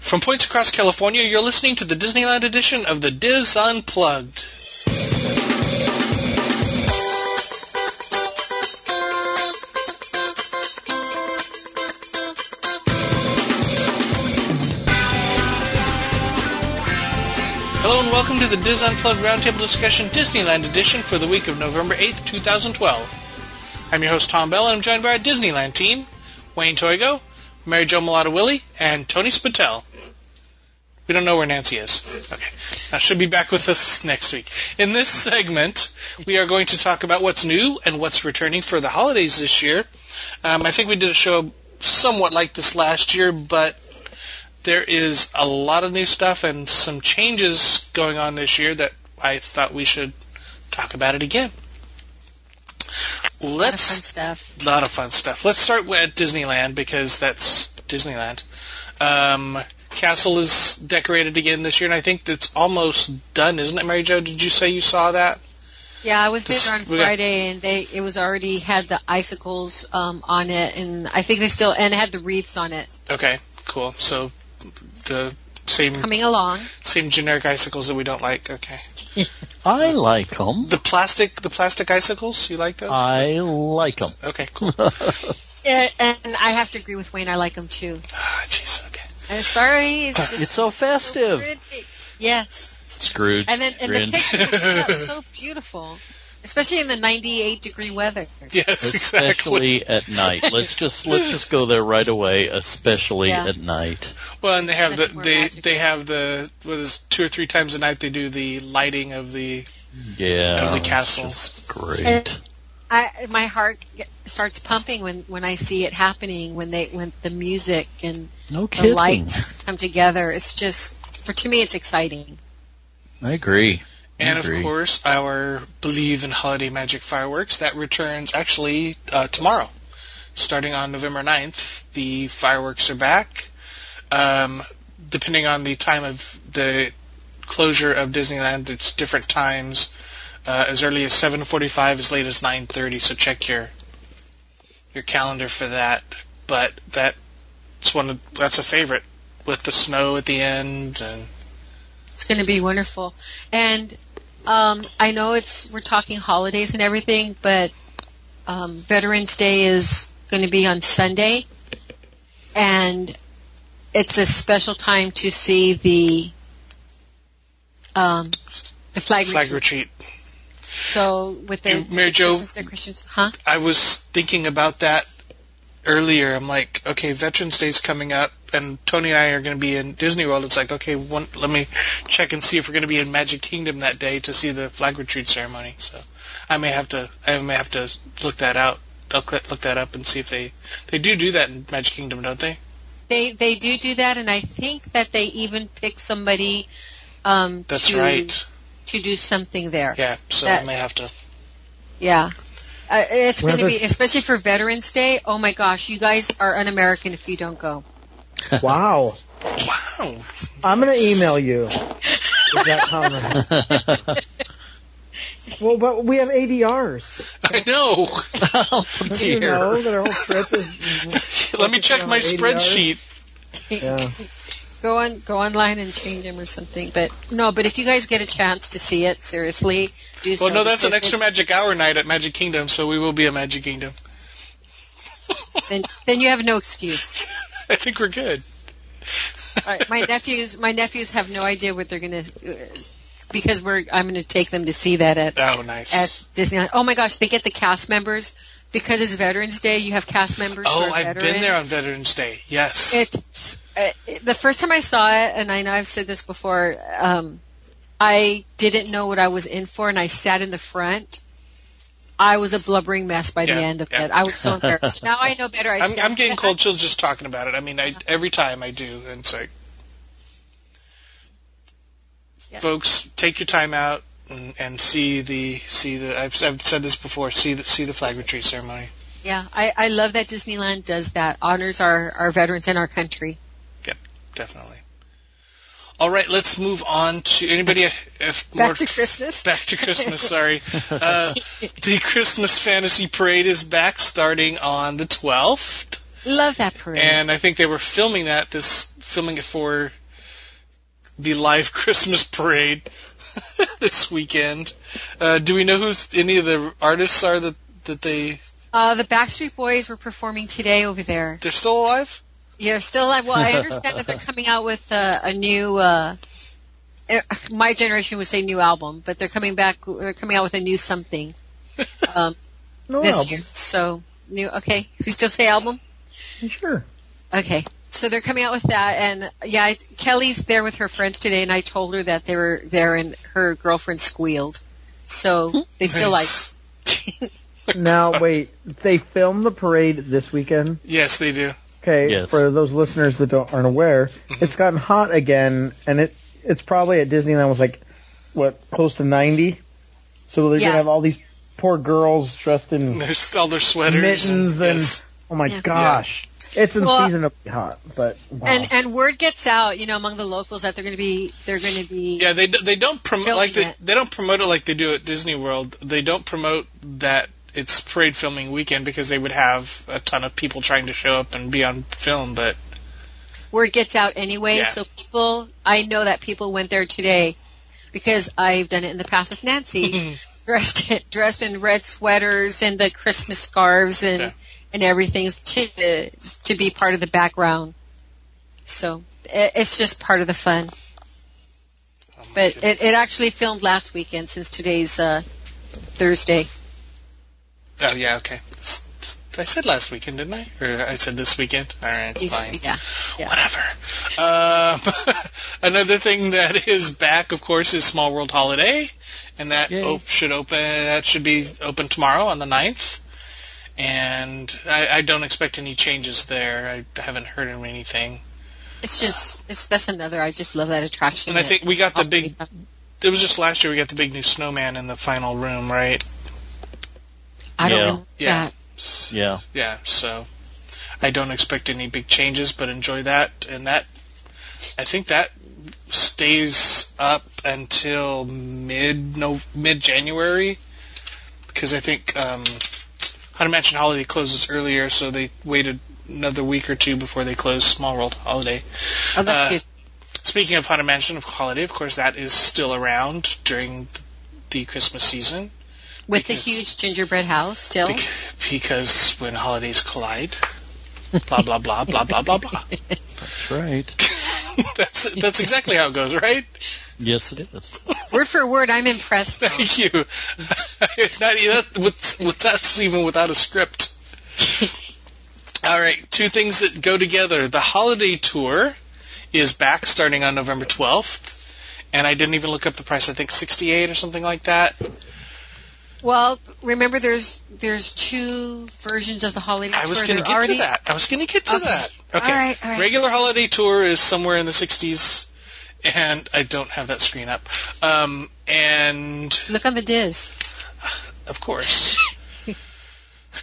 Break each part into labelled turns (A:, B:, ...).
A: From points across California, you're listening to the Disneyland edition of the Diz Unplugged. Hello and welcome to the Diz Unplugged Roundtable Discussion Disneyland edition for the week of November 8th, 2012. I'm your host Tom Bell and I'm joined by our Disneyland team, Wayne Toigo, Mary Jo Malata Willie, and Tony Spatel. We don't know where Nancy is. Okay. Now she'll be back with us next week. In this segment, we are going to talk about what's new and what's returning for the holidays this year. Um, I think we did a show somewhat like this last year, but there is a lot of new stuff and some changes going on this year that I thought we should talk about it again.
B: lot of
A: Let's
B: fun stuff.
A: a lot of fun stuff. Let's start with at Disneyland because that's Disneyland. Um, Castle is decorated again this year, and I think that's almost done, isn't it, Mary Jo? Did you say you saw that?
B: Yeah, I was
A: This-
B: there on
A: we got-
B: Friday, and they it was already had the icicles um, on it, and I think they still and it had the wreaths on it.
A: Okay, cool. So the same
B: Coming along,
A: same generic icicles that we don't like. Okay,
C: I like them.
A: the plastic the plastic icicles you like those?
C: I like them.
A: okay, cool.
B: and, and I have to agree with Wayne. I like them too.
A: Ah, jeez. Okay.
B: I'm sorry, it's just
C: It's so festive.
B: pretty. Yes,
D: Screwed.
B: and then and
D: Grinch.
B: the pictures look out so beautiful, especially in the 98 degree weather.
A: Yes, exactly.
C: Especially at night. Let's just let's just go there right away, especially
B: Yeah.
C: at night.
A: Well, and they have the
B: Nothing more
A: they
B: magical.
A: they have the what is two or three times a night they do the lighting of the
C: Yeah,
A: Of the
C: it's
A: castle.
C: just great.
B: And- I my heart g- starts pumping when when I see it happening when they when the music and
C: no
B: the
C: kidding.
B: lights come together. It's just for to me, it's exciting.
C: I agree.
A: And of
C: Agree.
A: course, our Believe in Holiday Magic Fireworks that returns actually uh, tomorrow, starting on November 9th. The fireworks are back. Um, depending on the time of the closure of Disneyland, it's different times. Uh, as early as 7:45, as late as 9:30. So check your your calendar for that. But that's one of, that's a favorite with the snow at the end and
B: It's going to be wonderful. And um, I know it's we're talking holidays and everything, but um, Veterans Day is going to be on Sunday, and it's a special time to see the um, the flag.
A: flag
B: retreat.
A: retreat.
B: So with the,
A: And Mary
B: the
A: Jo-
B: Christmas decorations, huh?
A: I was thinking about that earlier. I'm like, okay, Veterans Day's coming up, and Tony and I are going to be in Disney World. It's like, okay, one, let me check and see if we're going to be in Magic Kingdom that day to see the flag retreat ceremony. So I may have to, I may have to look that out. I'll cl- look that up and see if they they do do that in Magic Kingdom, don't they?
B: They they do do that, and I think that they even pick somebody. Um,
A: That's
B: to,
A: right.
B: To do something there.
A: Yeah. So I
B: That-
A: may have to.
B: Yeah. Uh, it's going to
E: Whether-
B: be, especially for Veterans Day. Oh my gosh, you guys are un-American if you don't go.
E: Wow.
A: Wow.
E: I'm going to email you with that comment. Well, but we have ADRs.
A: I know.
C: oh
E: You
C: dear.
E: know, their whole trip is.
A: Let me check my
E: $80.
A: spreadsheet.
E: Yeah.
B: Go on, go online and change them or something. But no, but if you guys get a chance to see it, seriously, do.
A: Well,
B: so.
A: no, that's an
B: Because
A: extra Magic Hour night at Magic Kingdom, so we will be at Magic Kingdom.
B: Then, then you have no excuse.
A: I think we're good.
B: All right, my nephews, my nephews have no idea what they're going to, because we're. I'm going to take them to see that at
A: Oh, nice.
B: at Disneyland. Oh my gosh, they get the cast members because it's Veterans Day. You have cast members. who
A: oh,
B: are
A: I've been
B: veterans.
A: there on Veterans Day. Yes.
B: It's uh, the first time I saw it, and I know I've said this before. Um, I didn't know what I was in for, and I sat in the front. I was a blubbering mess by
A: Yeah,
B: the end of
A: yeah.
B: it. I was so embarrassed. now I know better. I
A: I'm,
B: sat
A: I'm getting cold chills just talking about it. I mean,
B: Uh-huh.
A: I, every time I do, and it's like,
B: Yeah.
A: folks, take your time out and, and see the see the. I've, I've said this before. See the see the flag retreat ceremony.
B: Yeah, I, I love that Disneyland does that. Honors our our veterans and our country.
A: Definitely. All right, let's move on to anybody. If
B: Back
A: more-
B: to Christmas.
A: back to Christmas. Sorry, uh, the Christmas Fantasy Parade is back starting on the 12th.
B: Love that parade.
A: and I think they were filming that this filming it for the live Christmas parade this weekend. Uh, do we know who any of the artists are that that they
B: uh, the Backstreet Boys were performing today over there.
A: they're still alive?
B: You're still alive. Well, I understand that they're coming out with uh, a new. Uh, eh, my generation would say new album, but they're coming back. They're coming out with a new something um,
E: No
B: this
E: album.
B: year. So new. Okay, we still say album.
E: Sure.
B: Okay. So they're coming out with that, and yeah, I, Kelly's there with her friends today, and I told her that they were there, and her girlfriend squealed.
E: Hmm?
B: So they still like
A: Nice.
E: Now wait, they filmed the parade this weekend.
A: Yes, they do.
E: Okay,
C: Yes.
E: for those listeners that don't, aren't aware,
B: Mm-hmm.
E: it's gotten hot again, and it it's probably at Disneyland was like what close to ninety. So they're
B: Yeah.
E: gonna have all these poor girls dressed in.
A: There's all their sweaters.
E: Mittens and-
A: yes.
E: Oh my
B: Yeah.
E: gosh, it's
B: Well-
E: unseasonably hot. But wow.
B: And and word gets out, you know, among the locals that they're going to be they're going to be
A: yeah, they d- they don't promote
B: Filming
A: like they,
B: it.
A: they don't promote it like they do at Disney World. They don't promote that it's parade filming weekend because they would have a ton of people trying to show up and be on film, but
B: word gets out anyway.
A: Yeah.
B: So people, I know that people went there today because I've done it in the past with Nancy, dressed in, dressed in red sweaters and the Christmas scarves and
A: Yeah.
B: and everything to to be part of the background. So i it's just part of the fun.
A: Oh my
B: But
A: goodness.
B: it, it actually filmed last weekend since today's uh, Thursday.
A: Oh yeah, okay. S- s- I said last weekend, didn't I? Or I said this weekend. All right, fine,
B: Yeah.
A: whatever. Um, another thing that is back, of course, is Small World Holiday, and that
C: Yay.
A: op- should open. That should be open tomorrow on the 9th. And I, I don't expect any changes there. I haven't heard of anything.
B: It's just it's that's another. I just love that attraction.
A: And I
B: that-
A: think we got the big. It was just last year we got the big new snowman in the final room, right?
B: I don't
C: Yeah.
B: know
A: Yeah.
B: that.
C: Yeah.
A: yeah, so I don't expect any big changes, but enjoy that. And that, I think that stays up until mid no mid January, because I think um, Haunted Mansion Holiday closes earlier, so they waited another week or two before they closed Small World Holiday.
B: Oh, that's
A: Uh,
B: good.
A: Speaking of Haunted Mansion of Holiday, of course, that is still around during the Christmas season
B: With the
A: because-
B: huge gingerbread house still.
A: bec- because when holidays collide, blah blah blah blah blah blah blah.
C: That's right.
A: that's that's exactly how it goes, right?
C: Yes, it is.
B: word for word, I'm impressed.
A: Thank you. Not even, with, with, that's even without a script. All right, two things that go together. The holiday tour is back starting on November 12th, and I didn't even look up the price. I think 68 or something like that.
B: Well, remember there's there's two versions of the holiday
A: I was
B: tour.
A: going to
B: They're
A: get
B: already,
A: to that. I was going to get to
B: Okay.
A: that. Okay.
B: All right, all right.
A: Regular holiday tour is somewhere in the 60s, and I don't have that screen up. Um, and
B: Look on the dis.
A: of course.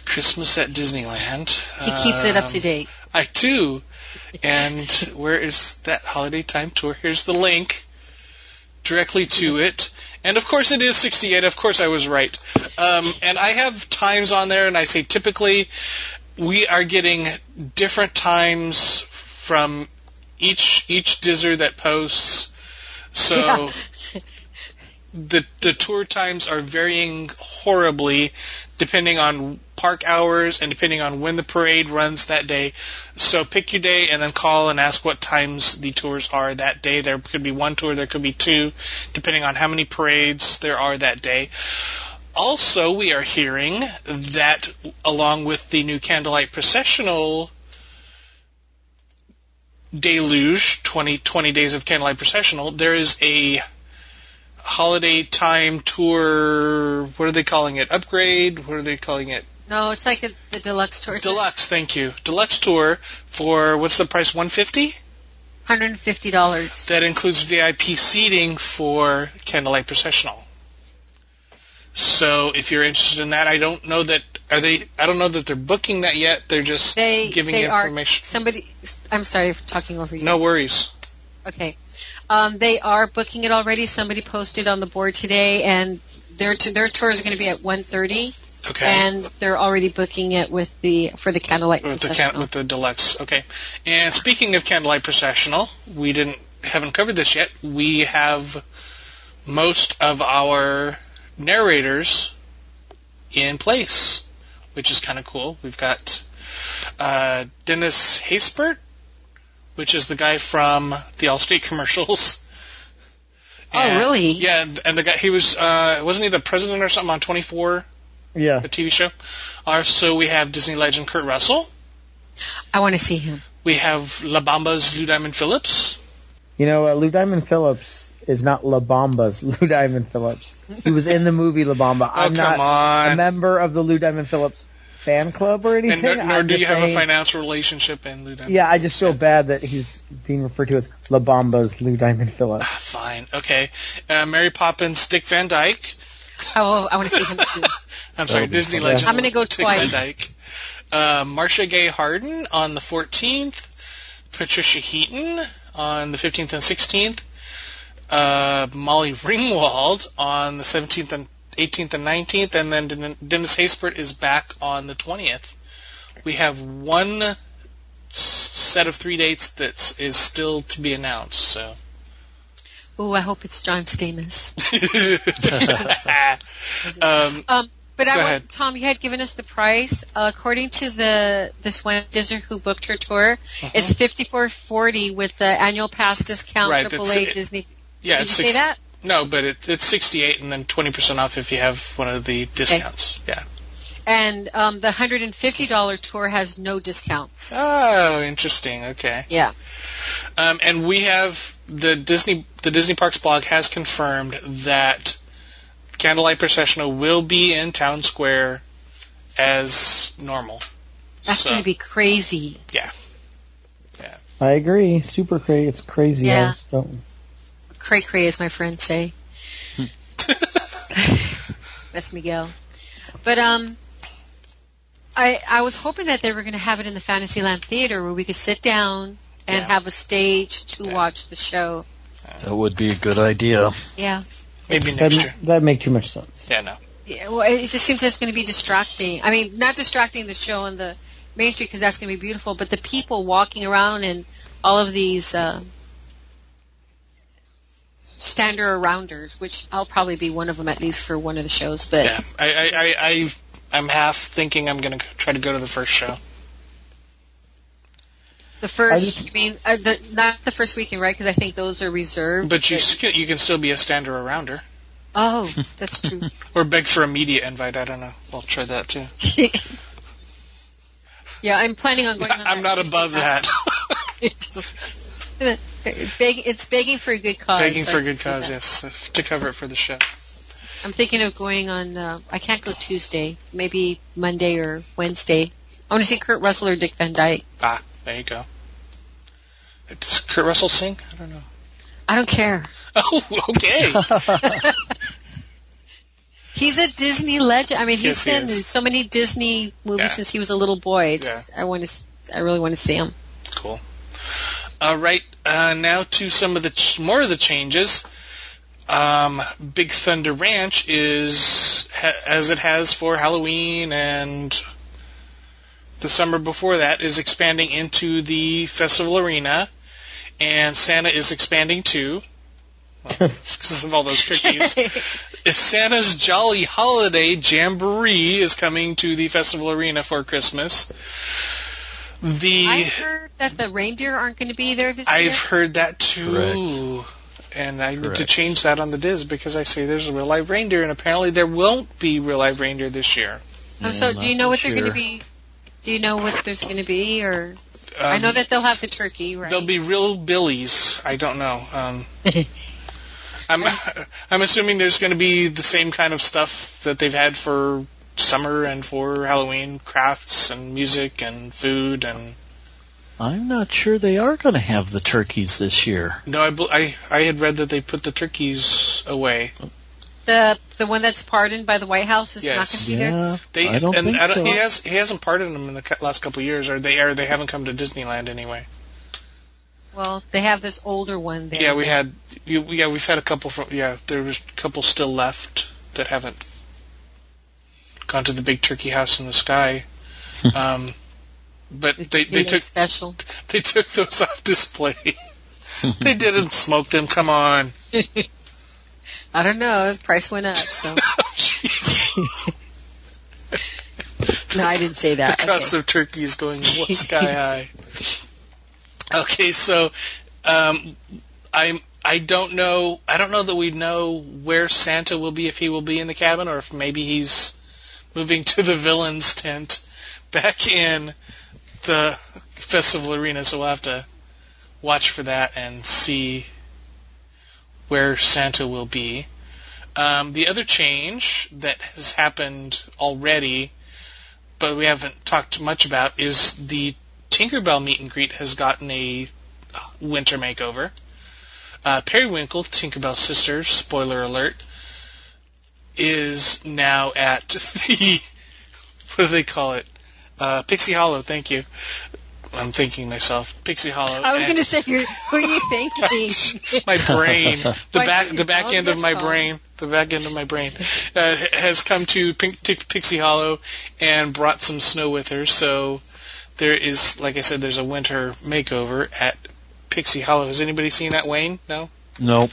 A: Christmas at Disneyland.
B: He keeps it up
A: Um,
B: to date.
A: I do. And where is that holiday time tour? Here's the link directly to it. And of course it is 68. Of course I was right. Um, and I have times on there, and I say typically we are getting different times from each each dizzer that posts. So
B: Yeah.
A: the the tour times are varying horribly depending on park hours and depending on when the parade runs that day. So pick your day and then call and ask what times the tours are that day. There could be one tour, there could be two, depending on how many parades there are that day. Also, we are hearing that along with the new Candlelight Processional Deluge, 20, 20 Days of Candlelight Processional, there is a holiday time tour. What are they calling it? Upgrade? What are they calling it?
B: No, it's like the, the deluxe tour.
A: Deluxe, thank you. Deluxe tour for what's the price? 150?
B: Hundred and fifty dollars.
A: That includes VIP seating for Candlelight Processional. So if you're interested in that, I don't know that are they I don't know that they're booking that yet. They're just
B: They
A: giving
B: they
A: you
B: are
A: information.
B: somebody. I'm sorry for talking over you.
A: No worries.
B: Okay. Um, they are booking it already. Somebody posted on the board today, and their t- their tour is going to be at 1.30
A: Okay.
B: and they're already booking it with the for the candlelight
A: with the
B: processional.
A: can- with the deluxe. Okay. And speaking of candlelight processional, we didn't haven't covered this yet. We have most of our narrators in place, which is kind of cool. We've got uh, Dennis Haysbert, which is the guy from the Allstate commercials.
B: Oh, really?
A: Yeah, and, and the guy he was uh, wasn't he the president or something on 24,
E: Yeah.
A: the TV show. Also, we have Disney legend Kurt Russell.
B: I want to see him.
A: We have La Bamba's Lou Diamond Phillips.
E: You know, uh, Lou Diamond Phillips is not La Bamba's Lou Diamond Phillips. He was in the movie La Bamba.
A: Oh,
E: I'm
A: come
E: not
A: on.
E: a member of the Lou Diamond Phillips fan club or
A: and nor,
E: anything.
A: nor
E: I'm
A: do
E: just
A: you have a
E: saying-
A: financial relationship in Lou Diamond.
E: Yeah, I just feel bad that he's being referred to as La Bamba's Lou Diamond Phillips.
A: Ah, Fine. Okay. Uh, Mary Poppins, Dick Van Dyke.
B: I, will, I want to see him too.
A: I'm sorry,
C: would be
A: Disney
E: fun.
A: legend.
B: I'm gonna go
A: Dick
B: twice.
A: Van Dyke. Uh, Marcia Gay Harden on the 14th. Patricia Heaton on the 15th and 16th. Uh, Molly Ringwald on the 17th and 18th and 19th, and then Den- Dennis Haysbert is back on the 20th. We have one s- set of three dates that is still to be announced. So.
B: Ooh, I hope it's John Stamos.
A: um,
B: But I
A: Go
B: want,
A: ahead.
B: Tom, you had given us the price. Uh, according to the this one visitor who booked her tour,
A: Uh-huh.
B: it's fifty four forty with the annual pass discount,
A: Right, that's-
B: AAA
A: it-
B: Disney.
A: yeah,
B: Did you
A: it's
B: say
A: six-
B: that?
A: No, but it, it's 68 and then 20% off if you have one of the discounts. Yeah.
B: And um, the hundred and fifty dollar tour has no discounts.
A: Oh, interesting. Okay.
B: Yeah.
A: Um, and we have the Disney the Disney Parks blog has confirmed that Candlelight Processional will be in Town Square as normal.
B: That's
A: So-
B: going to be crazy.
E: I agree. Super crazy. It's crazy.
B: Yeah.
E: I just don't.
B: Cray cray, as my friends say.
A: Hmm.
B: That's Miguel. But um, I I was hoping that they were going to have it in the Fantasyland Theater where we could sit down and
A: Yeah.
B: have a stage to
A: Yeah.
B: watch the show.
C: That would be a good idea.
B: Yeah.
A: Maybe
E: That,
A: next year.
E: that make too much sense.
A: Yeah, no.
B: Yeah, well, it just seems it's going to be distracting. I mean, not distracting the show on the main street because that's going to be beautiful, but the people walking around and all of these uh, stander arounders, which I'll probably be one of them at least for one of the shows. But
A: Yeah. I, I, I, I, I'm half thinking I'm going to try to go to the first show.
B: the
E: I
B: first,
E: just-
B: I mean, uh, the, not the first weekend, right? Because I think those are reserved.
A: But you, s- you can still be a stander arounder.
B: oh, that's true.
A: Or beg for a media invite. I don't know. I'll try that too.
B: yeah, I'm planning on going. On
A: I'm not above that.
B: Beg, it's begging for a good cause.
A: Begging
B: Oh, so I
A: for a
B: can
A: good
B: see
A: cause,
B: that.
A: yes, to cover it for the show.
B: I'm thinking of going on. Uh, I can't go Tuesday. Maybe Monday or Wednesday. I want to see Kurt Russell or Dick Van Dyke.
A: Ah, there you go. Does Kurt Russell sing? I don't know.
B: I don't care.
A: Oh, okay.
B: He's a Disney legend. I mean,
A: Yes,
B: he's
A: he
B: been in
A: is.
B: so many Disney movies
A: Yeah.
B: since he was a little boy. It's-
A: Yeah.
B: I want to. I really want to see him.
A: cool. All right, uh, now to some of the ch- more of the changes. Um, Big Thunder Ranch is ha- as it has for Halloween and the summer before that is expanding into the festival arena, and Santa is expanding too. Well, because of all those cookies. Santa's Jolly Holiday Jamboree is coming to the festival arena for Christmas. The
B: I heard that the reindeer aren't going to be there this year.
A: I've heard that too. And I need to
C: Correct.
A: change that on the Diz because I say there's a real live reindeer, and apparently there won't be real live reindeer this year.
B: I'm so.
C: Mm,
B: Do you
C: not
B: know what
C: this
B: they're going
C: year.
B: to be? Do you know what there's going to be? Or
A: Um,
B: I know that they'll have the turkey, right?
A: there'll be real billies. I don't know. Um, I'm I'm assuming there's going to be the same kind of stuff that they've had for summer and for Halloween, crafts and music and food and
C: I'm not sure they are going to have the turkeys this year.
A: no, I, bel- I I had read that they put the turkeys away.
B: the the one that's pardoned by the White House is not
A: Yes.
B: going to be there.
C: Yeah,
A: They
C: I don't
A: and
C: think
A: I don't-
C: so.
A: he has he hasn't pardoned them in the cu- last couple of years, or they or they haven't come to Disneyland anyway.
B: Well, they have this older one there.
A: Yeah, we had you, yeah we've had a couple from yeah there was a couple still left that haven't onto the big turkey house in the sky. Um, but
B: With
A: they,
B: the
A: they took
B: special.
A: they took those off display. they didn't smoke them. Come on.
B: I don't know. The price went up, so no, I didn't say that.
A: the cost
B: Okay.
A: of turkey is going sky high. Okay, so um, I'm. I don't know. I don't know that we know where Santa will be if he will be in the cabin or if maybe he's moving to the villain's tent back in the festival arena. So we'll have to watch for that and see where Santa will be. Um, the other change that has happened already but we haven't talked much about is the Tinkerbell meet and greet has gotten a winter makeover. Uh, Periwinkle, Tinkerbell's sister, spoiler alert, is now at the what do they call it? Uh, Pixie Hollow. Thank you. I'm thinking myself. Pixie Hollow.
B: I was
A: and
B: going to say, you're, who are you thinking?
A: my brain, the
B: Why
A: back,
B: did you
A: the back
B: call
A: end of
B: this
A: my
B: phone?
A: brain, the back end of my brain, uh, has come to Pink, to Pixie Hollow and brought some snow with her. So there is, like I said, there's a winter makeover at Pixie Hollow. Has anybody seen that, Wayne? No,
C: Nope.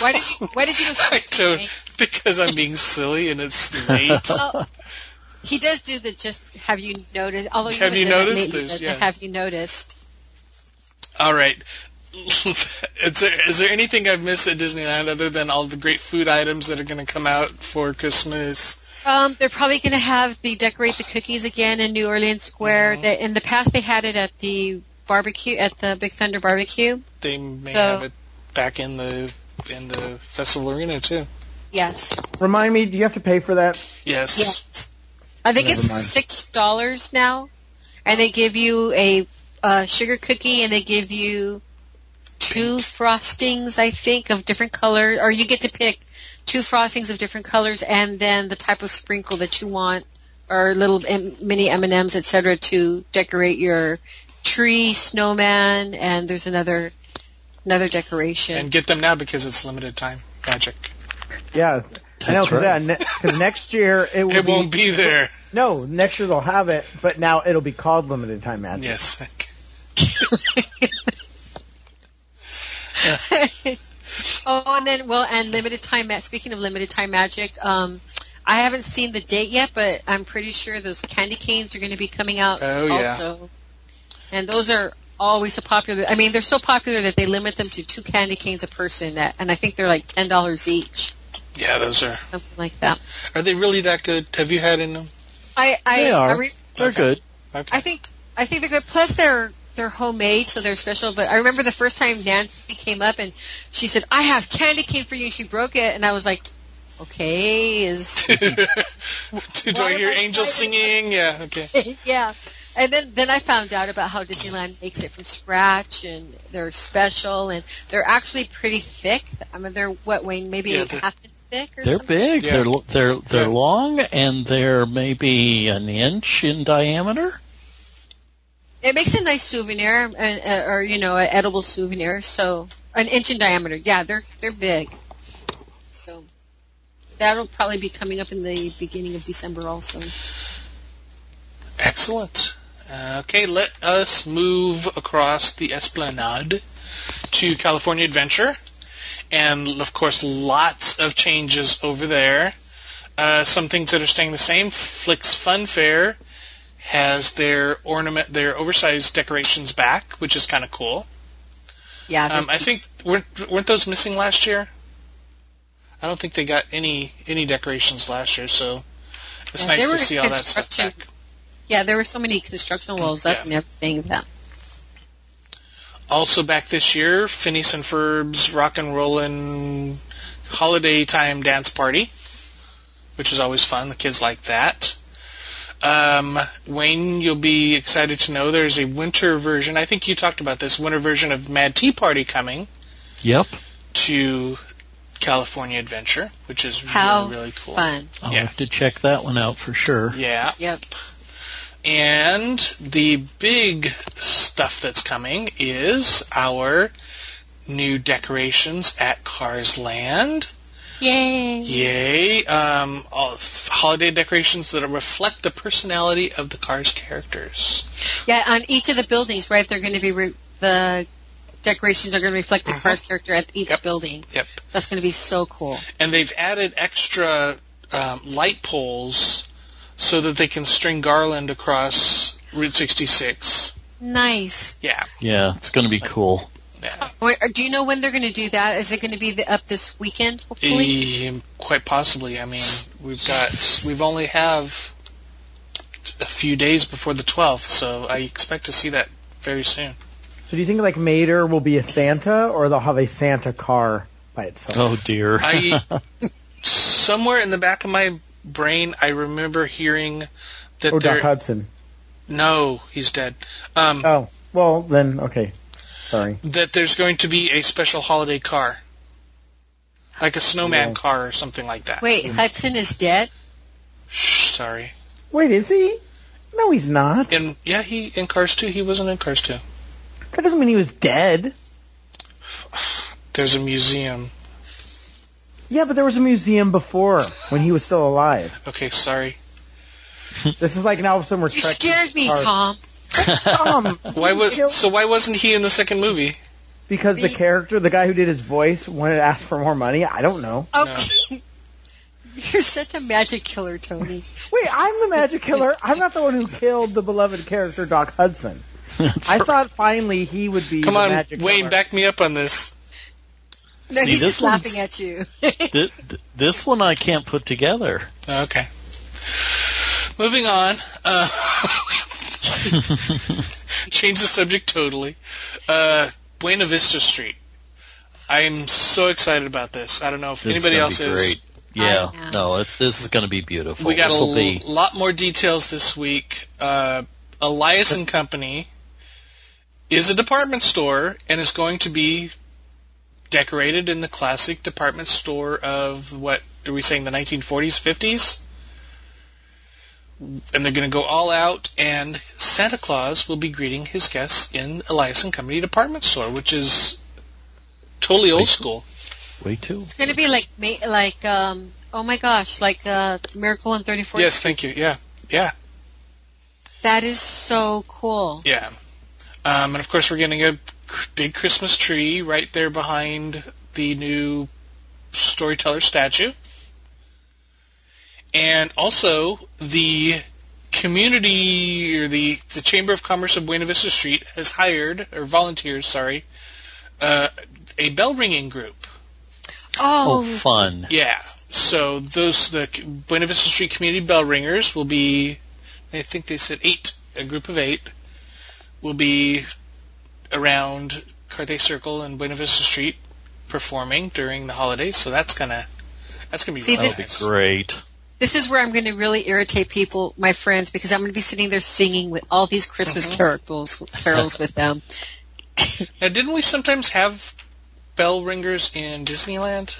B: why did you? Why did you?
A: I don't, because I'm being silly and it's late.
B: Oh, he does do the just. Have you noticed? Although
A: Have you
B: haven't done that
A: noticed?
B: lately,
A: There's-
B: but the
A: yeah.
B: Have you noticed?
A: All right. is there is there anything I've missed at Disneyland other than all the great food items that are going to come out for Christmas?
B: Um, they're probably going to have the decorate the cookies again in New Orleans Square.
A: Mhm.
B: They, in the past, they had it at the barbecue at the Big Thunder Barbecue.
A: they may
B: So-
A: have it back in the in the festival arena too.
B: Yes,
E: Remind me, do you have to pay for that?
A: Yes.
B: yes. I think
E: Never
B: it's
E: mind.
B: six dollars now, and they give you a uh, sugar cookie and they give you two frostings, I think, of different colors, or you get to pick two frostings of different colors and then the type of sprinkle that you want, or little M- mini M and M's, etc., to decorate your tree, snowman, and there's another another decoration.
A: And get them now because it's limited time magic.
E: Yeah. I know,
C: That's
E: because
C: right.
E: next year it will
A: It
E: be,
A: won't be there.
E: No, next year they'll have it, but now it'll be called limited time magic.
A: Yes.
B: Oh, and then well, and limited time. Ma- speaking of limited time magic, um, I haven't seen the date yet, but I'm pretty sure those candy canes are going to be coming out
A: Oh, yeah.
B: also. And those are always so popular. I mean, they're so popular that they limit them to two candy canes a person, that, and I think they're like ten dollars each,
A: Yeah, those are.
B: something like that.
A: Are they really that good? Have you had in them?
B: I I
C: They are.
B: I, re-
C: They're
A: Okay.
C: good.
A: Okay.
B: I think I think they're good. Plus, they're they're homemade, so they're special. But I remember the first time Nancy came up and she said, "I have candy cane for you." and She broke it, and I was like, "Okay, is
A: do, do I hear angels singing? Yeah. Okay.
B: yeah." And then then I found out about how Disneyland makes it from scratch, and they're special, and they're actually pretty thick. I mean, they're what Wayne maybe
A: Yeah,
B: eight
A: they're-
B: half inch thick or
C: They're
B: something.
C: big.
A: Yeah.
C: They're l- they're they're
A: Yeah.
C: long and they're maybe an inch in diameter.
B: It makes a nice souvenir, and, uh, or you know, an edible souvenir. So an inch in diameter. Yeah, they're they're big. So that'll probably be coming up in the beginning of December also.
A: Excellent. Uh, okay, let us move across the Esplanade to California Adventure. And, of course, lots of changes over there. Uh, some things that are staying the same. Flicks Fun Fair has their ornament, their oversized decorations back, which is kind of cool.
B: Yeah.
A: Um, I think weren't weren't those missing last year? I don't think they got any any decorations last year, so it's
B: Yeah, they
A: nice
B: were
A: to see all that stuff
B: construction
A: back.
B: yeah, there were so many construction walls up
A: Yeah.
B: and everything that
A: Also back this year, Phineas and Ferb's Rock and Rollin' Holiday Time Dance Party, which is always fun. The kids like that. Um, Wayne, you'll be excited to know there's a winter version. I think you talked about this winter version of Mad Tea Party coming
C: Yep.
A: to California Adventure, which is
B: How
A: really, really cool.
B: fun.
C: I'll
A: Yeah.
C: have to check that one out for sure.
A: Yeah.
B: Yep.
A: And the big stuff that's coming is our new decorations at Cars Land,
B: Yay.
A: Yay! Um, all f- holiday decorations that reflect the personality of the car's characters.
B: Yeah, on each of the buildings, right? They're going to be re- the decorations are going to reflect the car's character at each
A: Uh-huh. Yep.
B: building.
A: Yep.
B: That's going to be so cool.
A: And they've added extra um, light poles so that they can string garland across Route 66.
B: Nice.
A: Yeah.
C: Yeah, it's going to be cool.
A: yeah.
B: When, or do you know when they're going to do that? Is it going to be the, up this weekend? Hopefully.
A: Eh, quite possibly. I mean, we've got we've only have a few days before the 12th, so I expect to see that very soon.
E: So do you think like Mater will be a Santa, or they'll have a Santa car by itself?
C: Oh dear.
A: I somewhere in the back of my brain, I remember hearing that
E: or Oh, Doc
A: there.
E: Hudson?
A: No, he's dead. Um,
E: Oh, well then, okay. Sorry.
A: that there's going to be a special holiday car, like a snowman
E: Yeah.
A: car or something like that.
B: Wait, Hudson is dead.
A: Shh, sorry.
E: Wait, is he? No, he's not.
A: And yeah, he in Cars 2. He wasn't in Cars 2.
E: That doesn't mean he was dead.
A: There's a museum.
E: Yeah, but there was a museum before when he was still alive.
A: Okay, sorry.
E: This is like now all of a sudden we're
B: You
E: trekking
B: scared me,
E: cars.
B: Tom.
E: Tom,
A: Why
E: you know,
A: was so? Why wasn't he in the second movie?
E: because the
B: Be-
E: character, the guy who did his voice, wanted to ask for more money. I don't know.
B: Okay. You're such a magic killer, Tony.
E: Wait, I'm the magic killer. I'm not the one who killed the beloved character Doc Hudson. I thought finally he would be.
A: Come
E: the
A: on,
E: magic
A: Wayne,
E: killer.
A: back me up on this.
B: No,
C: See,
B: he's
C: this
B: just laughing at
C: one's-
B: you.
C: Th- th- this one I can't put together.
A: Oh, Okay. Moving on. Uh, change the subject totally. Uh, Buena Vista Street. I'm so excited about this. I don't know if
C: This is
A: anybody
C: gonna
A: else
C: be
A: is.
C: Great. Yeah,
B: I know.
C: no, it's, this is going to be beautiful.
A: We got a
C: This'll be,
A: l- lot more details this week. Uh, Elias and Company is a department store and is going to be decorated in the classic department store of what are we saying the 1940s, 50s? And they're going to go all out, and Santa Claus will be greeting his guests in Elias and Company department store, which is totally old school.
C: way too.
B: It's going to be like ma- like um oh my gosh, like uh Miracle on 34th.
A: Yes, thank you. Yeah, yeah.
B: That is so cool.
A: Yeah. Um, and of course, we're getting a cr- big Christmas tree right there behind the new storyteller statue. And also, the community or the, the Chamber of Commerce of Buena Vista Street has hired, or volunteers, sorry, uh, a bell ringing group.
C: Oh,
B: Oh,
C: fun.
A: Yeah. So those the c- Buena Vista Street Community Bell Ringers will be, I think they said eight, a group of eight, will be around Carthay Circle and Buena Vista Street performing during the holidays. So that's gonna that's gonna be
B: See,
A: really
B: this-
C: That'll be
A: nice.
C: great.
B: this is where I'm going to really irritate people, my friends, because I'm going to be sitting there singing with all these Christmas
A: Uh-huh.
B: carols, carols with them.
A: Now, didn't we sometimes have bell ringers in Disneyland?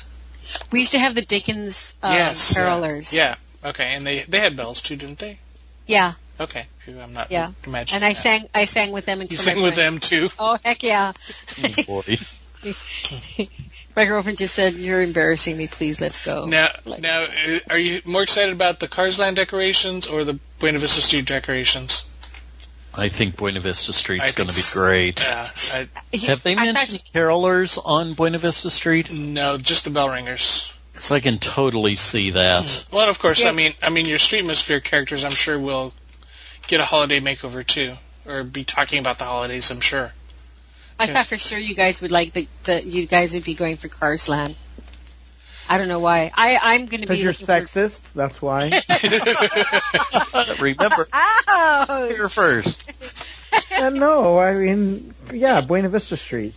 B: We used to have the Dickens um,
A: yes. yeah.
B: carolers.
A: Yeah. Okay, and they they had bells too, didn't they?
B: Yeah,
A: Okay, I'm not
B: Yeah.
A: imagining.
B: and I
A: that.
B: sang I sang with them until
A: You
B: my
A: sang with them
B: friend-
A: Oh, too.
B: Oh heck yeah!
C: Boy.
B: My girlfriend just said, "You're embarrassing me. Please, let's go."
A: Now,
B: Oh, Like-
A: now, uh, are you more excited about the Carsland decorations or the Buena Vista Street decorations?
C: I think Buena Vista
A: I
C: Street's
A: think
C: going to be
A: s-
C: great.
A: Uh, I,
B: You-
C: Have they
B: I thought
C: mentioned
B: you-
C: carolers on Buena Vista Street?
A: no, just the bell ringers.
C: Because I can totally see that.
A: Well, and of course,
B: Yeah.
A: I mean, I mean, your Street Streetmosphere characters, I'm sure, will get a holiday makeover too, or be talking about the holidays. I'm sure.
B: I thought for sure you guys would like the, the you guys would be going for Cars Land. I don't know why. I I'm going to
E: Because
B: be
E: you're
B: looking for-
E: sexist. That's why.
C: Remember,
B: Ouch!
C: here first.
E: Uh, no, I mean, yeah, Buena Vista Street.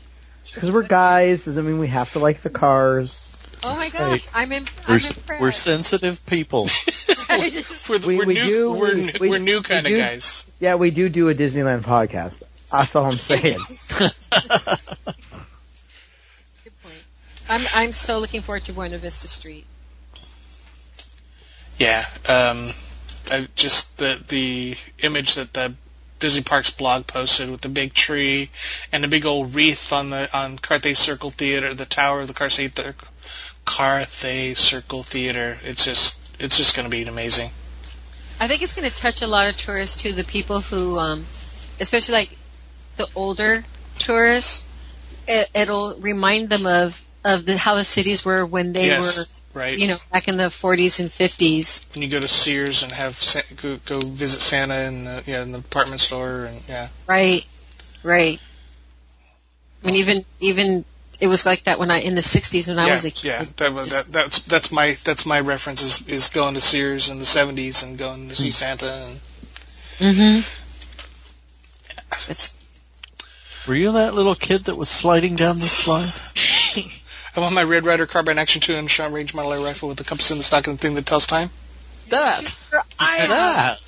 E: Because we're guys doesn't mean we have to like the cars.
B: Oh my gosh, I'm, in,
C: We're,
B: I'm impressed.
C: we're sensitive people.
B: I just-
A: We're, the-
E: We-
A: we're
E: we
A: new,
E: do-
A: we're,
E: we-
A: new-
E: we-
A: we're new
E: we
A: kind of
E: do-
A: guys.
E: Yeah, we do do a Disneyland podcast. That's all I'm saying.
B: good point. I'm I'm so looking forward to Buena Vista Street.
A: Yeah. Um, I just the the image that the Disney Parks blog posted with the big tree and the big old wreath on the on Carthay Circle Theater, the tower of the Carthay Thir- Carthay Circle Theater. It's just it's just going to be amazing.
B: I think it's going to touch a lot of tourists too. The people who, um, especially like the older tourists, it, it'll remind them of of the, how the cities were when they
A: yes,
B: were,
A: right.
B: you know, back in the 40s and 50s.
A: when you go to Sears and have Sa- go, go visit Santa in the, yeah, in the department store and yeah.
B: Right, right. I mean, even even it was like that when I in the 60s when I
A: yeah,
B: was a kid.
A: Yeah, that, was- that, that's that's my that's my reference is, is going to Sears in the '70s and going to see Santa. And
B: Mm-hmm. It's,
C: Were you that little kid that was sliding down the slide?
A: I want my Red Rider carbine action two and short range model air rifle with the compass in the stock and the thing that tells time.
C: That.
B: uh,
C: That.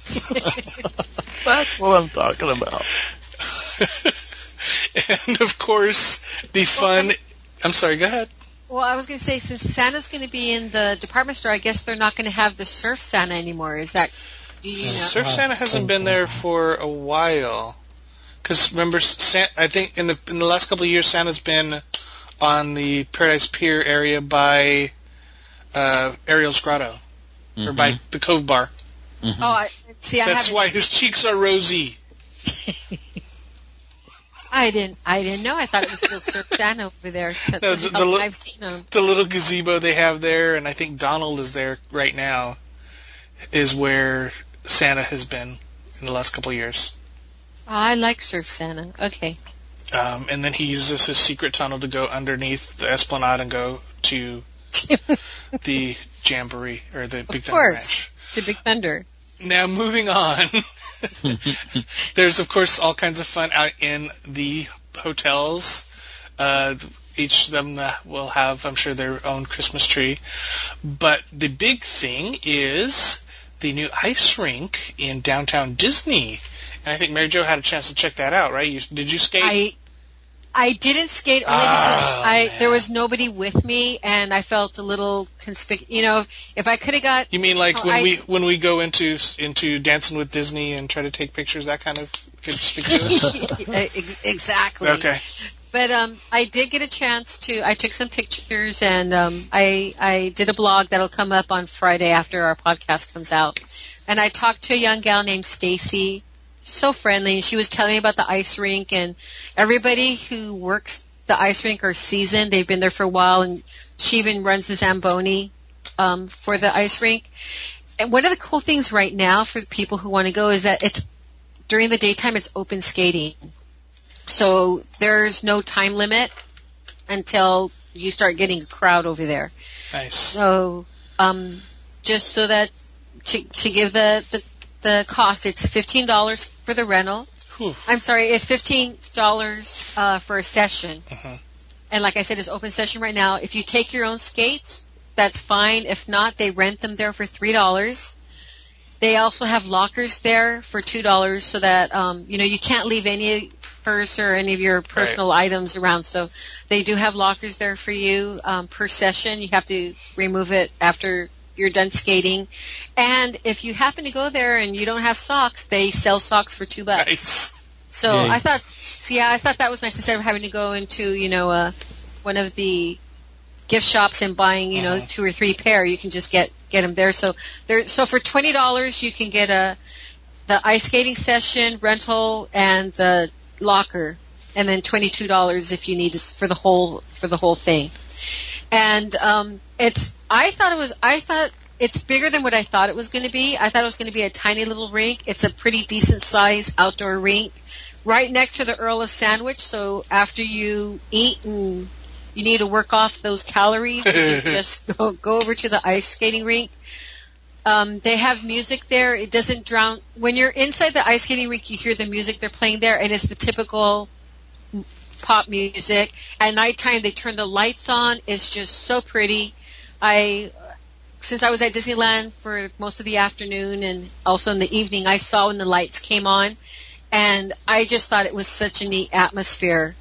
C: That's what I'm talking about.
A: and of course, the fun. I'm sorry. Go ahead.
B: well, I was going to say since Santa's going to be in the department store, I guess they're not going to have the surf Santa anymore. Is that? Do you know?
A: Surf Santa hasn't been there for a while. Because remember, San- I think in the in the last couple of years, Santa's been on the Paradise Pier area by uh, Ariel's Grotto
C: Mm-hmm,
A: or by the Cove Bar.
B: Oh, I, see, I
A: That's
B: haven't.
A: why his cheeks are rosy.
B: I didn't. I didn't know. I thought it was still Surf Santa over there.
A: No, the- the
B: Oh,
A: look-
B: I've seen him.
A: The little gazebo they have there, and I think Donald is there right now, is where Santa has been in the last couple of years.
B: Oh, I like Surf Santa. Okay.
A: Um, and then he uses his secret tunnel to go underneath the esplanade and go to the jamboree or the Big Thunder
B: course.
A: Ranch.
B: To Big Thunder.
A: Now moving on, there's of course all kinds of fun out in the hotels. Uh, each of them uh, will have, I'm sure, their own Christmas tree. But the big thing is the new ice rink in downtown Disney. And I think Mary Jo had a chance to check that out, right? You, did you skate?
B: I I didn't skate only
A: Ah,
B: because I
A: man.
B: there was nobody with me, and I felt a little conspicuous. You know, if I could have got
A: You mean like
B: Oh,
A: when
B: I-
A: we when we go into into Dancing with Disney and try to take pictures, that kind of conspicuous?
B: Ex- exactly.
A: okay.
B: But um, I did get a chance to. I took some pictures, and um, I I did a blog that'll come up on Friday after our podcast comes out. And I talked to a young gal named Stacy, so friendly. and She was telling me about the ice rink and everybody who works the ice rink are seasoned. They've been there for a while, and she even runs the zamboni um, for the ice rink. And one of the cool things right now for the people who want to go is that it's during the daytime. It's open skating. So there's no time limit until you start getting a crowd over there.
A: Nice.
B: So um, just so that to, to give the, the the cost, it's fifteen dollars for the rental.
A: Whew.
B: I'm sorry, it's fifteen dollars uh, for a session.
A: Mhm.
B: And like I said, it's open session right now. If you take your own skates, that's fine. If not, they rent them there for three dollars. They also have lockers there for two dollars, so that um, you know you can't leave any purse or any of your personal items around. So they do have lockers there for you um, per session. You have to remove it after you're done skating. And if you happen to go there and you don't have socks, they sell socks for two bucks.
A: Nice.
B: So
C: Yay.
B: I thought, so yeah, I thought that was nice instead of having to go into you know uh, one of the gift shops and buying you know
A: Uh-huh.
B: two or three pair. You can just get get them there. So there, so for twenty dollars you can get a the ice skating session rental and the locker, and then twenty two dollars if you need it for the whole for the whole thing. And um, it's I thought it was I thought it's bigger than what I thought it was going to be. I thought it was going to be a tiny little rink. It's a pretty decent size outdoor rink right next to the Earl of Sandwich. So after you eat and you need to work off those calories, you can just go, go over to the ice skating rink. Um, they have music there. It doesn't drown. When you're inside the ice skating rink, you hear the music they're playing there, and it's the typical pop music. At nighttime, they turn the lights on. It's just so pretty. I since I was at Disneyland for most of the afternoon and also in the evening, I saw when the lights came on, and I just thought it was such a neat atmosphere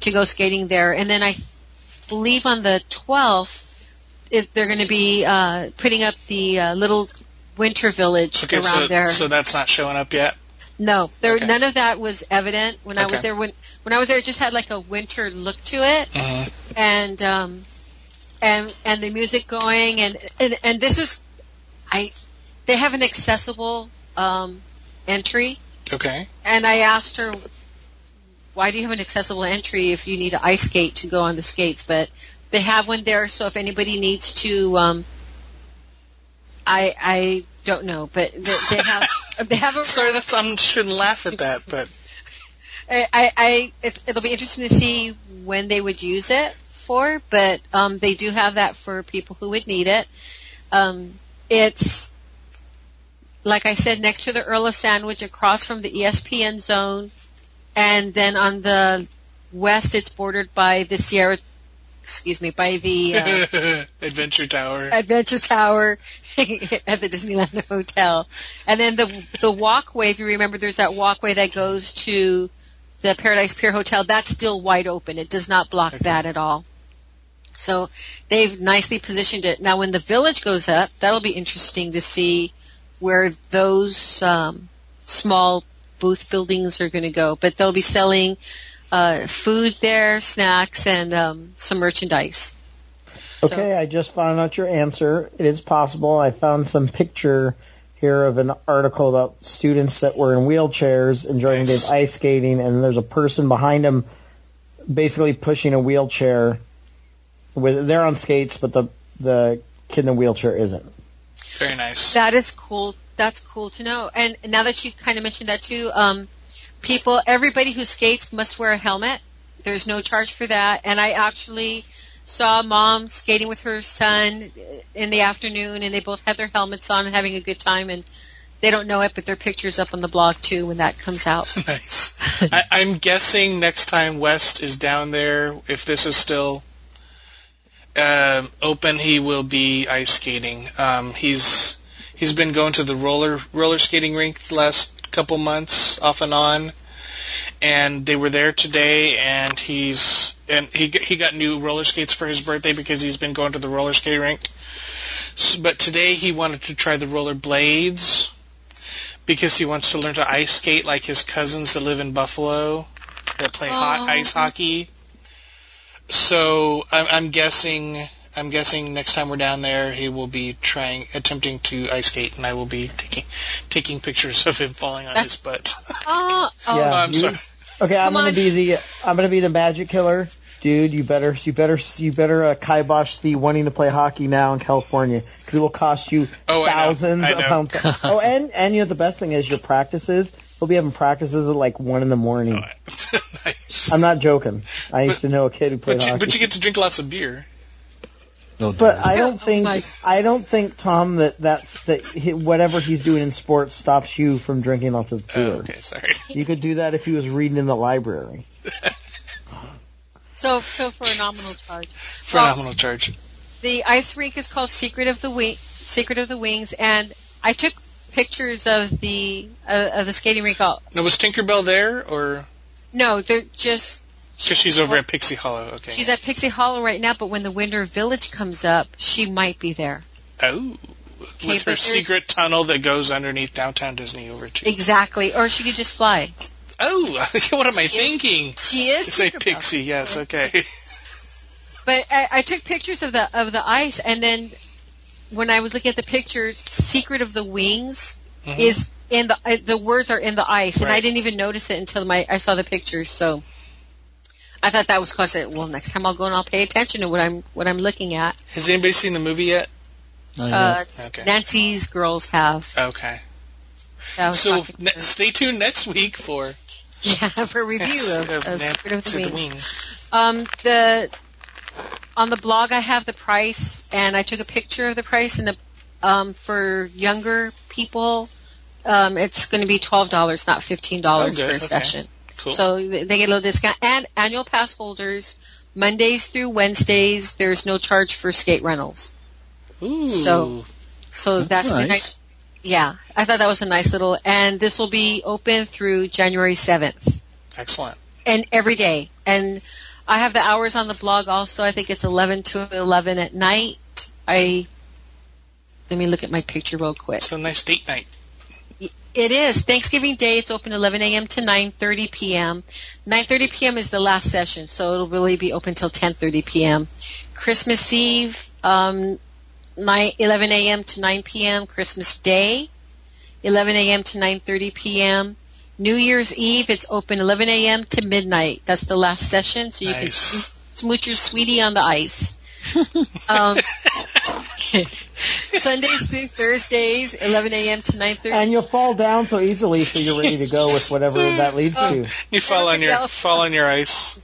B: to go skating there. And then I believe on the 12th, it, they're going to be uh, putting up the uh, little winter village
A: Okay,
B: around
A: so
B: there.
A: so that's not showing up yet.
B: No, there
A: Okay.
B: none of that was evident when I
A: Okay.
B: was there. When when I was there, it just had like a winter look to it,
A: Uh-huh.
B: and um, and and the music going, and and and this is, I, they have an accessible um, entry,
A: Okay.
B: and I asked her, why do you have an accessible entry if you need an ice skate to go on the skates? But they have one there, so if anybody needs to, um, I I don't know, but they, they have they have a
A: Oh, Sorry, that's I shouldn't laugh at that, but
B: I, I, I it's, it'll be interesting to see when they would use it for, but um, they do have that for people who would need it. Um, it's like I said, next to the Earl of Sandwich, across from the E ESPN zone, and then on the west, it's bordered by the Sierra, excuse me, by the uh,
A: Adventure Tower.
B: Adventure Tower at the Disneyland Hotel. And then the the walkway, if you remember, there's that walkway that goes to the Paradise Pier Hotel. That's still wide open. It does not block
A: Okay.
B: that at all. So they've nicely positioned it. Now, when the village goes up, that'll be interesting to see where those um, small booth buildings are going to go. But they'll be selling uh, food there, snacks, and um, some merchandise. So-
E: Okay, I just found out your answer. It is possible. I found some picture here of an article about students that were in wheelchairs enjoying
A: Nice.
E: the ice skating, and there's a person behind them basically pushing a wheelchair. With they're on skates, but the the kid in the wheelchair isn't.
A: Very nice.
B: That is cool. That's cool to know. And now that you kind of mentioned that too, um, people, everybody who skates must wear a helmet. There's no charge for that. And I actually saw a mom skating with her son uh, in the afternoon, and they both had their helmets on and having a good time. And they don't know it, but their picture's up on the blog too when that comes out.
A: Nice. I, I'm guessing next time West is down there, if this is still um, open, he will be ice skating. Um, he's he's been going to the roller roller skating rink the last couple months, off and on. And they were there today, and he's and he g- he got new roller skates for his birthday because he's been going to the roller skating rink. S but today he wanted to try the roller blades because he wants to learn to ice skate like his cousins that live in Buffalo that play hot
B: Oh.
A: ice hockey. So I'm, I'm guessing I'm guessing next time we're down there he will be trying attempting to ice skate and I will be taking taking pictures of him falling on his butt.
B: Oh, oh
A: Oh,
E: Yeah.
A: I'm
E: you-
A: sorry.
E: Okay, I'm
B: Come
E: gonna
B: on.
E: be the I'm gonna be the magic killer, dude. You better you better you better uh, kibosh the wanting to play hockey now in California because it will cost you
A: Oh, I know.
E: thousands
A: I
E: of
A: know.
E: pounds. oh, and and you know the best thing is your practices. You'll be having practices at like one in the morning.
A: nice.
E: I'm not joking. I used to know a kid who played
A: But you,
E: hockey.
A: but you get to drink lots of beer.
C: No
E: But
C: doubt.
E: I don't
B: Oh
E: think
B: my-
E: I don't think Tom that that's that he, whatever he's doing in sports stops you from drinking lots of
A: Oh,
E: beer.
A: okay, sorry.
E: You could do that if he was reading in the library.
B: so so for a nominal charge.
A: Phenomenal charge.
B: the ice rink is called Secret of the Wing, Secret of the Wings, and I took pictures of the uh, of the skating rink. All
A: Now was Tinkerbell there or
B: no, they're just
A: because she's over at Pixie Hollow? Okay.
B: she's at Pixie Hollow right now, but when the Winter Village comes up, she might be there.
A: oh,
B: Okay,
A: with her
B: but there's-
A: secret tunnel that goes underneath downtown Disney over to.
B: Exactly, or she could just fly.
A: Oh, what am I
B: She is-
A: thinking?
B: She is
A: It's a
B: Tinkerbell.
A: pixie, yes, okay.
B: But I, I took pictures of the of the ice, and then when I was looking at the pictures, Secret of the Wings
A: Mhm.
B: is in the uh, the words are in the ice, and I
A: Right.
B: didn't even notice it until my I saw the pictures. So I thought that was cause it. Well, next time I'll go and I'll pay attention to what I'm what I'm looking at.
A: Has anybody seen the movie yet?
C: I
B: Uh,
A: Okay.
B: Nancy's girls have.
A: okay.
B: that I was
A: So
B: talking
A: ne-
B: to-
A: stay tuned next week for
B: yeah, for review of, of,
A: Nan-
B: Secret of the
A: to
B: Wings. Um, the on the blog I have the price, and I took a picture of the price. And the um, for younger people, um, it's going to be twelve dollars, not fifteen
A: Oh,
B: dollars
A: good.
B: for a
A: Okay.
B: session.
A: Cool.
B: So they get a little discount. And annual pass holders, Mondays through Wednesdays, there's no charge for skate rentals.
A: Ooh.
B: so- So
C: That's
B: that's, a
C: nice.
B: nice. Yeah, I thought that was a nice little. And this will be open through January seventh
A: Excellent.
B: and every day. And I have the hours on the blog also. I think it's 11 to 11 at night. I let me look at my picture real quick.
A: So nice date night.
B: It is Thanksgiving Day. It's open 11 a.m. to 9:30 p.m. 9:30 p.m. is the last session, so it'll really be open till 10:30 p.m. Christmas Eve, um, 9, 11 a.m. to 9 p.m. Christmas Day, 11 a.m. to 9:30 p.m. New Year's Eve, it's open 11 a.m. to midnight. That's the last session, so you can
A: Nice.
B: smooch your sweetie on the ice. um, Sundays through Thursdays, 11 a.m. to 9:30.
E: And you'll fall down so easily, so you're ready to go with whatever that leads to.
A: You fall on your
B: Everybody else-
A: fall on your ice.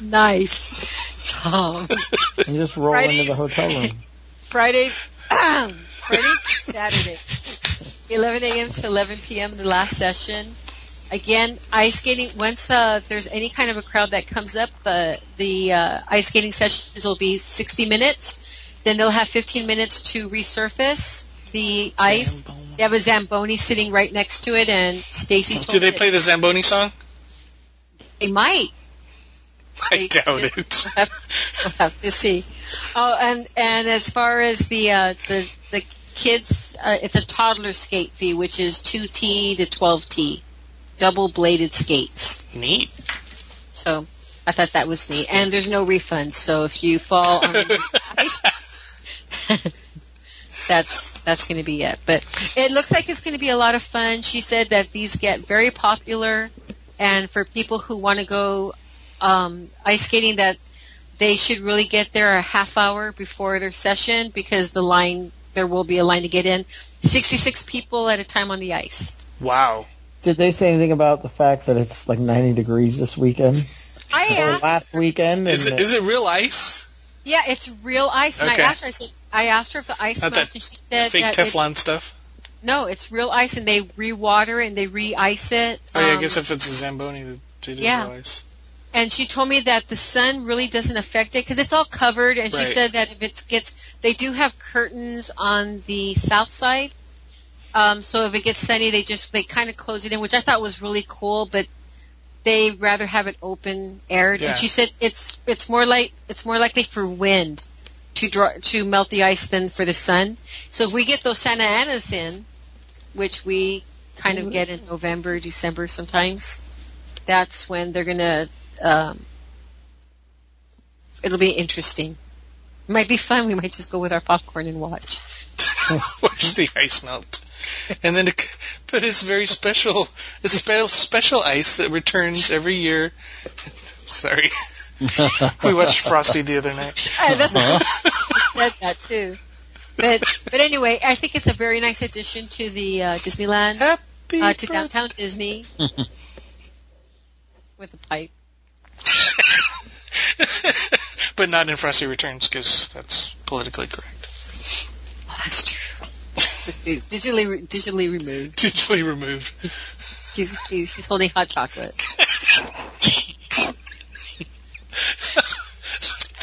B: Nice, Tom.
E: And just roll into the hotel room.
B: Friday, Friday, Saturday, 11 a.m. to 11 p.m. The last session. Again, ice skating. Once uh, there's any kind of a crowd that comes up, the the uh, ice skating sessions will be 60 minutes. Then they'll have 15 minutes to resurface the ice. They have a zamboni sitting right next to it, and Stacy.
A: Do
B: told
A: they
B: me
A: play the Zamboni song?
B: They might.
A: I
B: They-
A: doubt it.
B: we'll have to see. Oh, and and as far as the uh, the the kids, uh, it's a toddler skate fee, which is two T to twelve T, double bladed skates.
A: Neat.
B: So I thought that was neat. And there's no refunds, so if you fall on the ice, that's that's going to be it. But it looks like it's going to be a lot of fun. She said that these get very popular, and for people who want to go um, ice skating, that they should really get there a half hour before their session because the line there will be a line to get in. Sixty-six people at a time on the ice.
A: Wow.
E: Did they say anything about the fact that it's like 90 degrees this weekend
B: I
E: or
B: asked,
E: last weekend?
A: Is
E: and
A: it is it real ice?
B: yeah, it's real ice, and
A: Okay.
B: I asked her. I said, I asked her if the ice
A: Not
B: melts,
A: that
B: and she said
A: Fake
B: that it-
A: Teflon stuff.
B: no, it's real ice, and they rewater it and they re-ice it.
A: Oh yeah, I
B: Um,
A: guess if it's a Zamboni, it is
B: yeah.
A: real ice.
B: and she told me that the sun really doesn't affect it because it's all covered. And she
A: Right.
B: said that if it gets, they do have curtains on the south side, um, so if it gets sunny, they just they kind of close it in, which I thought was really cool. But they rather have it open aired.
A: Yeah.
B: And she said it's it's more like it's more likely for wind to draw to melt the ice than for the sun. So if we get those Santa Anas in, which we kind of get in November, December sometimes, that's when they're gonna. Um, it'll be interesting. It might be fun. We might just go with our popcorn and watch.
A: Watch the ice melt, and then it, but it's very special. It's spe- special ice that returns every year. Sorry, we watched Frosty the other night.
B: Uh, that's said that too. But but anyway, I think it's a very nice addition to the uh, Disneyland.
A: Happy
B: uh, to
A: birth-
B: downtown Disney with a pipe.
A: but not in Frosty Returns because that's politically correct.
B: Oh, that's true. digitally re- digitally removed.
A: Digitally removed.
B: She's, she's she's holding hot chocolate.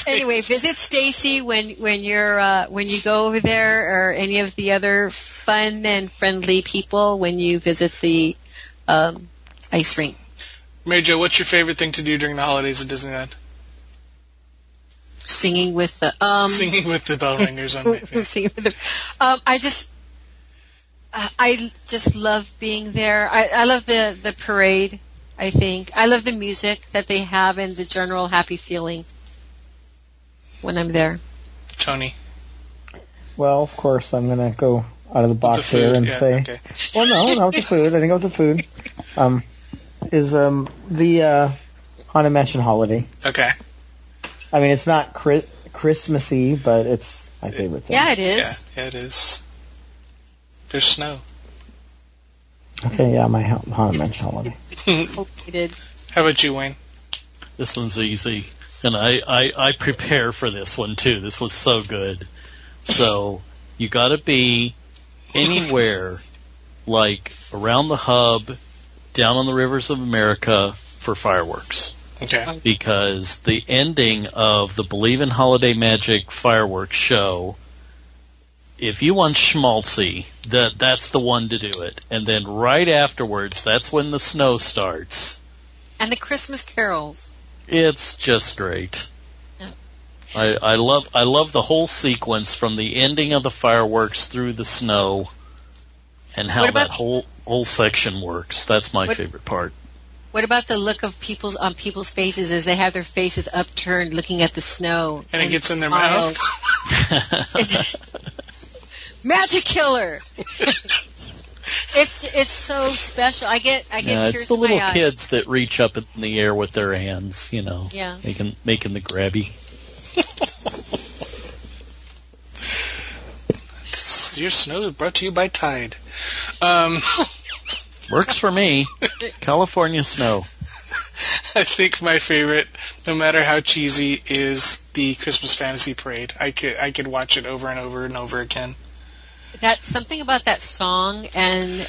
B: anyway, visit Stacy when when you're uh, when you go over there or any of the other fun and friendly people when you visit the um, ice rink.
A: Mary Jo, what's your favorite thing to do during the holidays at Disneyland?
B: Singing with the um,
A: Singing with the bell ringers on my face.
B: See, the- um, I just, uh, I just love being there. I, I love the the parade. I think I love the music that they have and the general happy feeling when I'm there.
A: Tony.
E: Well, of course, I'm going to go out of the
A: With the
E: box here
A: food.
E: and
A: yeah,
E: say,
A: okay.
E: well, no, not with the food. I think with the food um, is um, the uh, Haunted Mansion holiday.
A: Okay.
E: I mean, it's not Chri- Christmassy, but it's my favorite thing.
B: Yeah, it
A: Yeah,
B: is.
A: yeah, it is. There's snow.
E: Okay, yeah, my ha- Haunted Mansion holiday.
B: Complicated.
A: How about you, Wayne?
C: This one's easy. And I, I, I prepare for this one too. This was so good. So you gotta be anywhere like around the hub, down on the rivers of America for fireworks.
A: Okay.
C: Um, Because the ending of the Believe in Holiday Magic fireworks show, if you want schmaltzy, that that's the one to do it. And then right afterwards, that's when the snow starts.
B: And the Christmas carols.
C: It's just great.
B: Yeah.
C: I, I love I love the whole sequence from the ending of the fireworks through the snow. and how
B: What about-
C: that whole whole section works. That's my
B: What-
C: favorite part.
B: What about the look of people's on people's faces as they have their faces upturned, looking at the snow?
A: And it gets in their
B: smiles.
A: mouth.
B: It's- Magic killer. it's it's so special. I get I get
C: Yeah,
B: tears
C: it's the
B: in my
C: little
B: eyes.
C: kids that reach up in the air with their hands, you know,
B: Yeah.
C: making making the grabby.
A: Your snow is brought to you by Tide. Um,
C: Works for me. California snow.
A: I think my favorite, no matter how cheesy, is the Christmas Fantasy Parade. I could I could watch it over and over and over again.
B: That something about that song and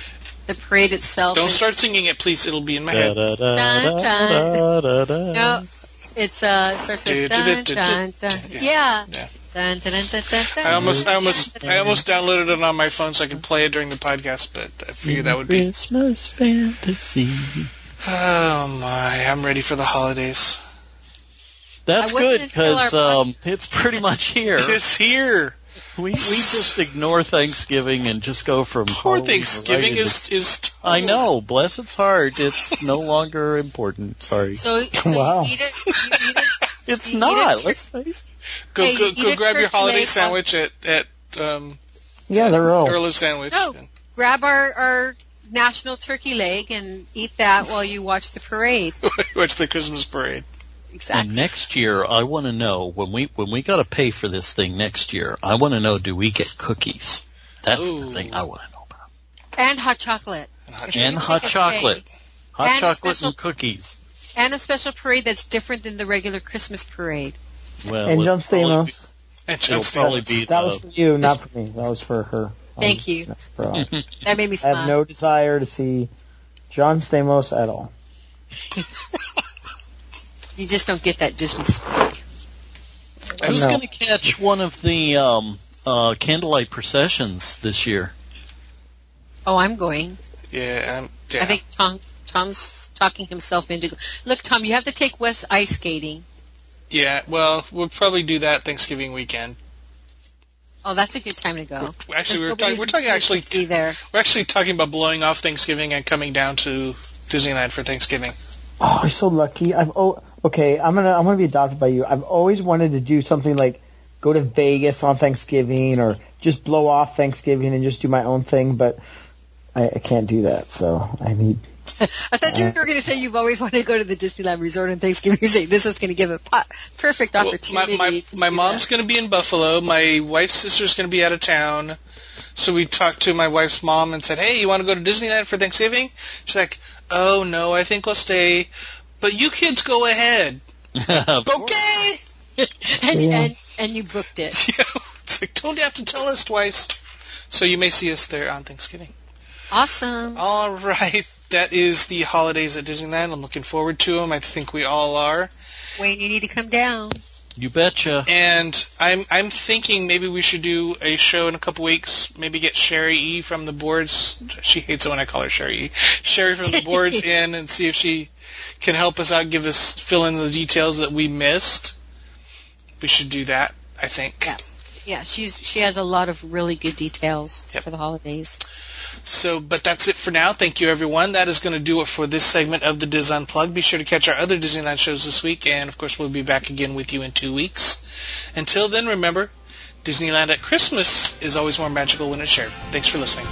B: the parade itself.
A: Don't
B: is-
A: start singing it, please. It'll be in my head.
C: Da-da-da-da-da-da.
B: No, it's uh, it starts with dun dun dun. Yeah.
A: Yeah.
B: Dun, dun, dun, dun, dun, dun.
A: I almost I almost I almost downloaded it on my phone so I could play it during the podcast, but I figured that would be
C: Christmas fantasy.
A: Oh my, I'm ready for the holidays.
C: That's
B: I wasn't
C: good
B: until
C: because
B: our-
C: um, it's pretty much here.
A: It's here.
C: we we just ignore Thanksgiving and just go from
A: Poor
C: Halloween
A: Thanksgiving
C: right into-
A: is is
C: I know. Bless its heart, it's no longer important. Sorry,
B: So, so
E: Wow.
B: you eat it. You eat it
C: it's
B: You eat
C: not.
B: it-
C: Let's face it.
A: go
B: Hey,
A: go,
B: you
A: go
B: did
A: grab your
B: turkey
A: holiday
B: leg on-
A: sandwich at at um
E: Yeah, they're real.
A: Earl of Sandwich.
B: No. grab our our national turkey leg and eat that while you watch the parade.
A: Watch the Christmas parade.
B: Exactly.
C: And next year, I want to know when we when we got to pay for this thing next year. I want to know: do we get cookies? That's
A: Ooh.
C: the thing I want to know about.
B: And hot chocolate.
A: Hot
B: If you're
C: And
B: gonna
C: hot
B: make us
C: chocolate, hot
B: And a
C: chocolate
B: special-
C: and cookies.
B: big. And a special parade that's different than the regullar Christmas parade.
C: Well,
E: And
C: it'll
E: John
C: probably be-
E: Stamos.
A: And
C: It'll probably be
E: That
C: the-
E: was for you, not for me. That was for her.
B: Thank you.
E: Not for us.
B: That made me
E: I
B: smile.
E: have no desire to see John Stamos at all.
B: you just don't get that Disney spirit.
A: I
C: I was
E: No.
C: going to catch one of the um, uh, candlelight processions this year.
B: Oh, I'm going.
A: yeah, um, yeah.
B: I think Tom Tom's talking himself into. Look, Tom, you have to take Wes ice skating.
A: yeah, well, we'll probably do that Thanksgiving weekend.
B: Oh, that's a good time to go.
A: Actually, we we're
B: There's
A: talking,
B: nobody's
A: we're talking actually
B: supposed to be there.
A: we're actually talking about blowing off Thanksgiving and coming down to Disneyland for Thanksgiving.
E: Oh, I'm so lucky. I've oh okay. I'm gonna I'm gonna be adopted by you. I've always wanted to do something like go to Vegas on Thanksgiving or just blow off Thanksgiving and just do my own thing, but I, I can't do that. So I need.
B: I thought you were going to say you've always wanted to go to the Disneyland Resort on Thanksgiving. You say this was going to give a po- perfect
A: Well,
B: opportunity.
A: My, my,
B: to
A: my
B: do
A: mom's going to be in Buffalo. My wife's sister's going to be out of town. So we talked to my wife's mom and said, "Hey, you want to go to Disneyland for Thanksgiving?" She's like, "Oh no, I think we'll stay." But you kids go ahead. Okay.
B: that. and,
E: Yeah.
B: and and you booked it.
A: You know, it's like don't have to tell us twice. So you may see us there on Thanksgiving.
B: Mm-hmm. Awesome.
A: All right, that is the holidays at Disneyland. I'm looking forward to them. I think we all are.
B: Wayne, you need to come down.
C: you betcha.
A: And I'm I'm thinking maybe we should do a show in a couple weeks. Maybe get Sherry E from the boards. She hates it when I call her Sherry E. Sherry from the boards in and see if she can help us out. Give us fill in the details that we missed. We should do that. I think.
B: Yeah. Yeah, she's she has a lot of really good details
A: Yep.
B: for the holidays.
A: So, but that's it for now. Thank you, everyone. That is going to do it for this segment of the Diz Unplugged. Be sure to catch our other Disneyland shows this week, and of course, we'll be back again with you in two weeks. Until then, remember, Disneyland at Christmas is always more magical when it's shared. Thanks for listening.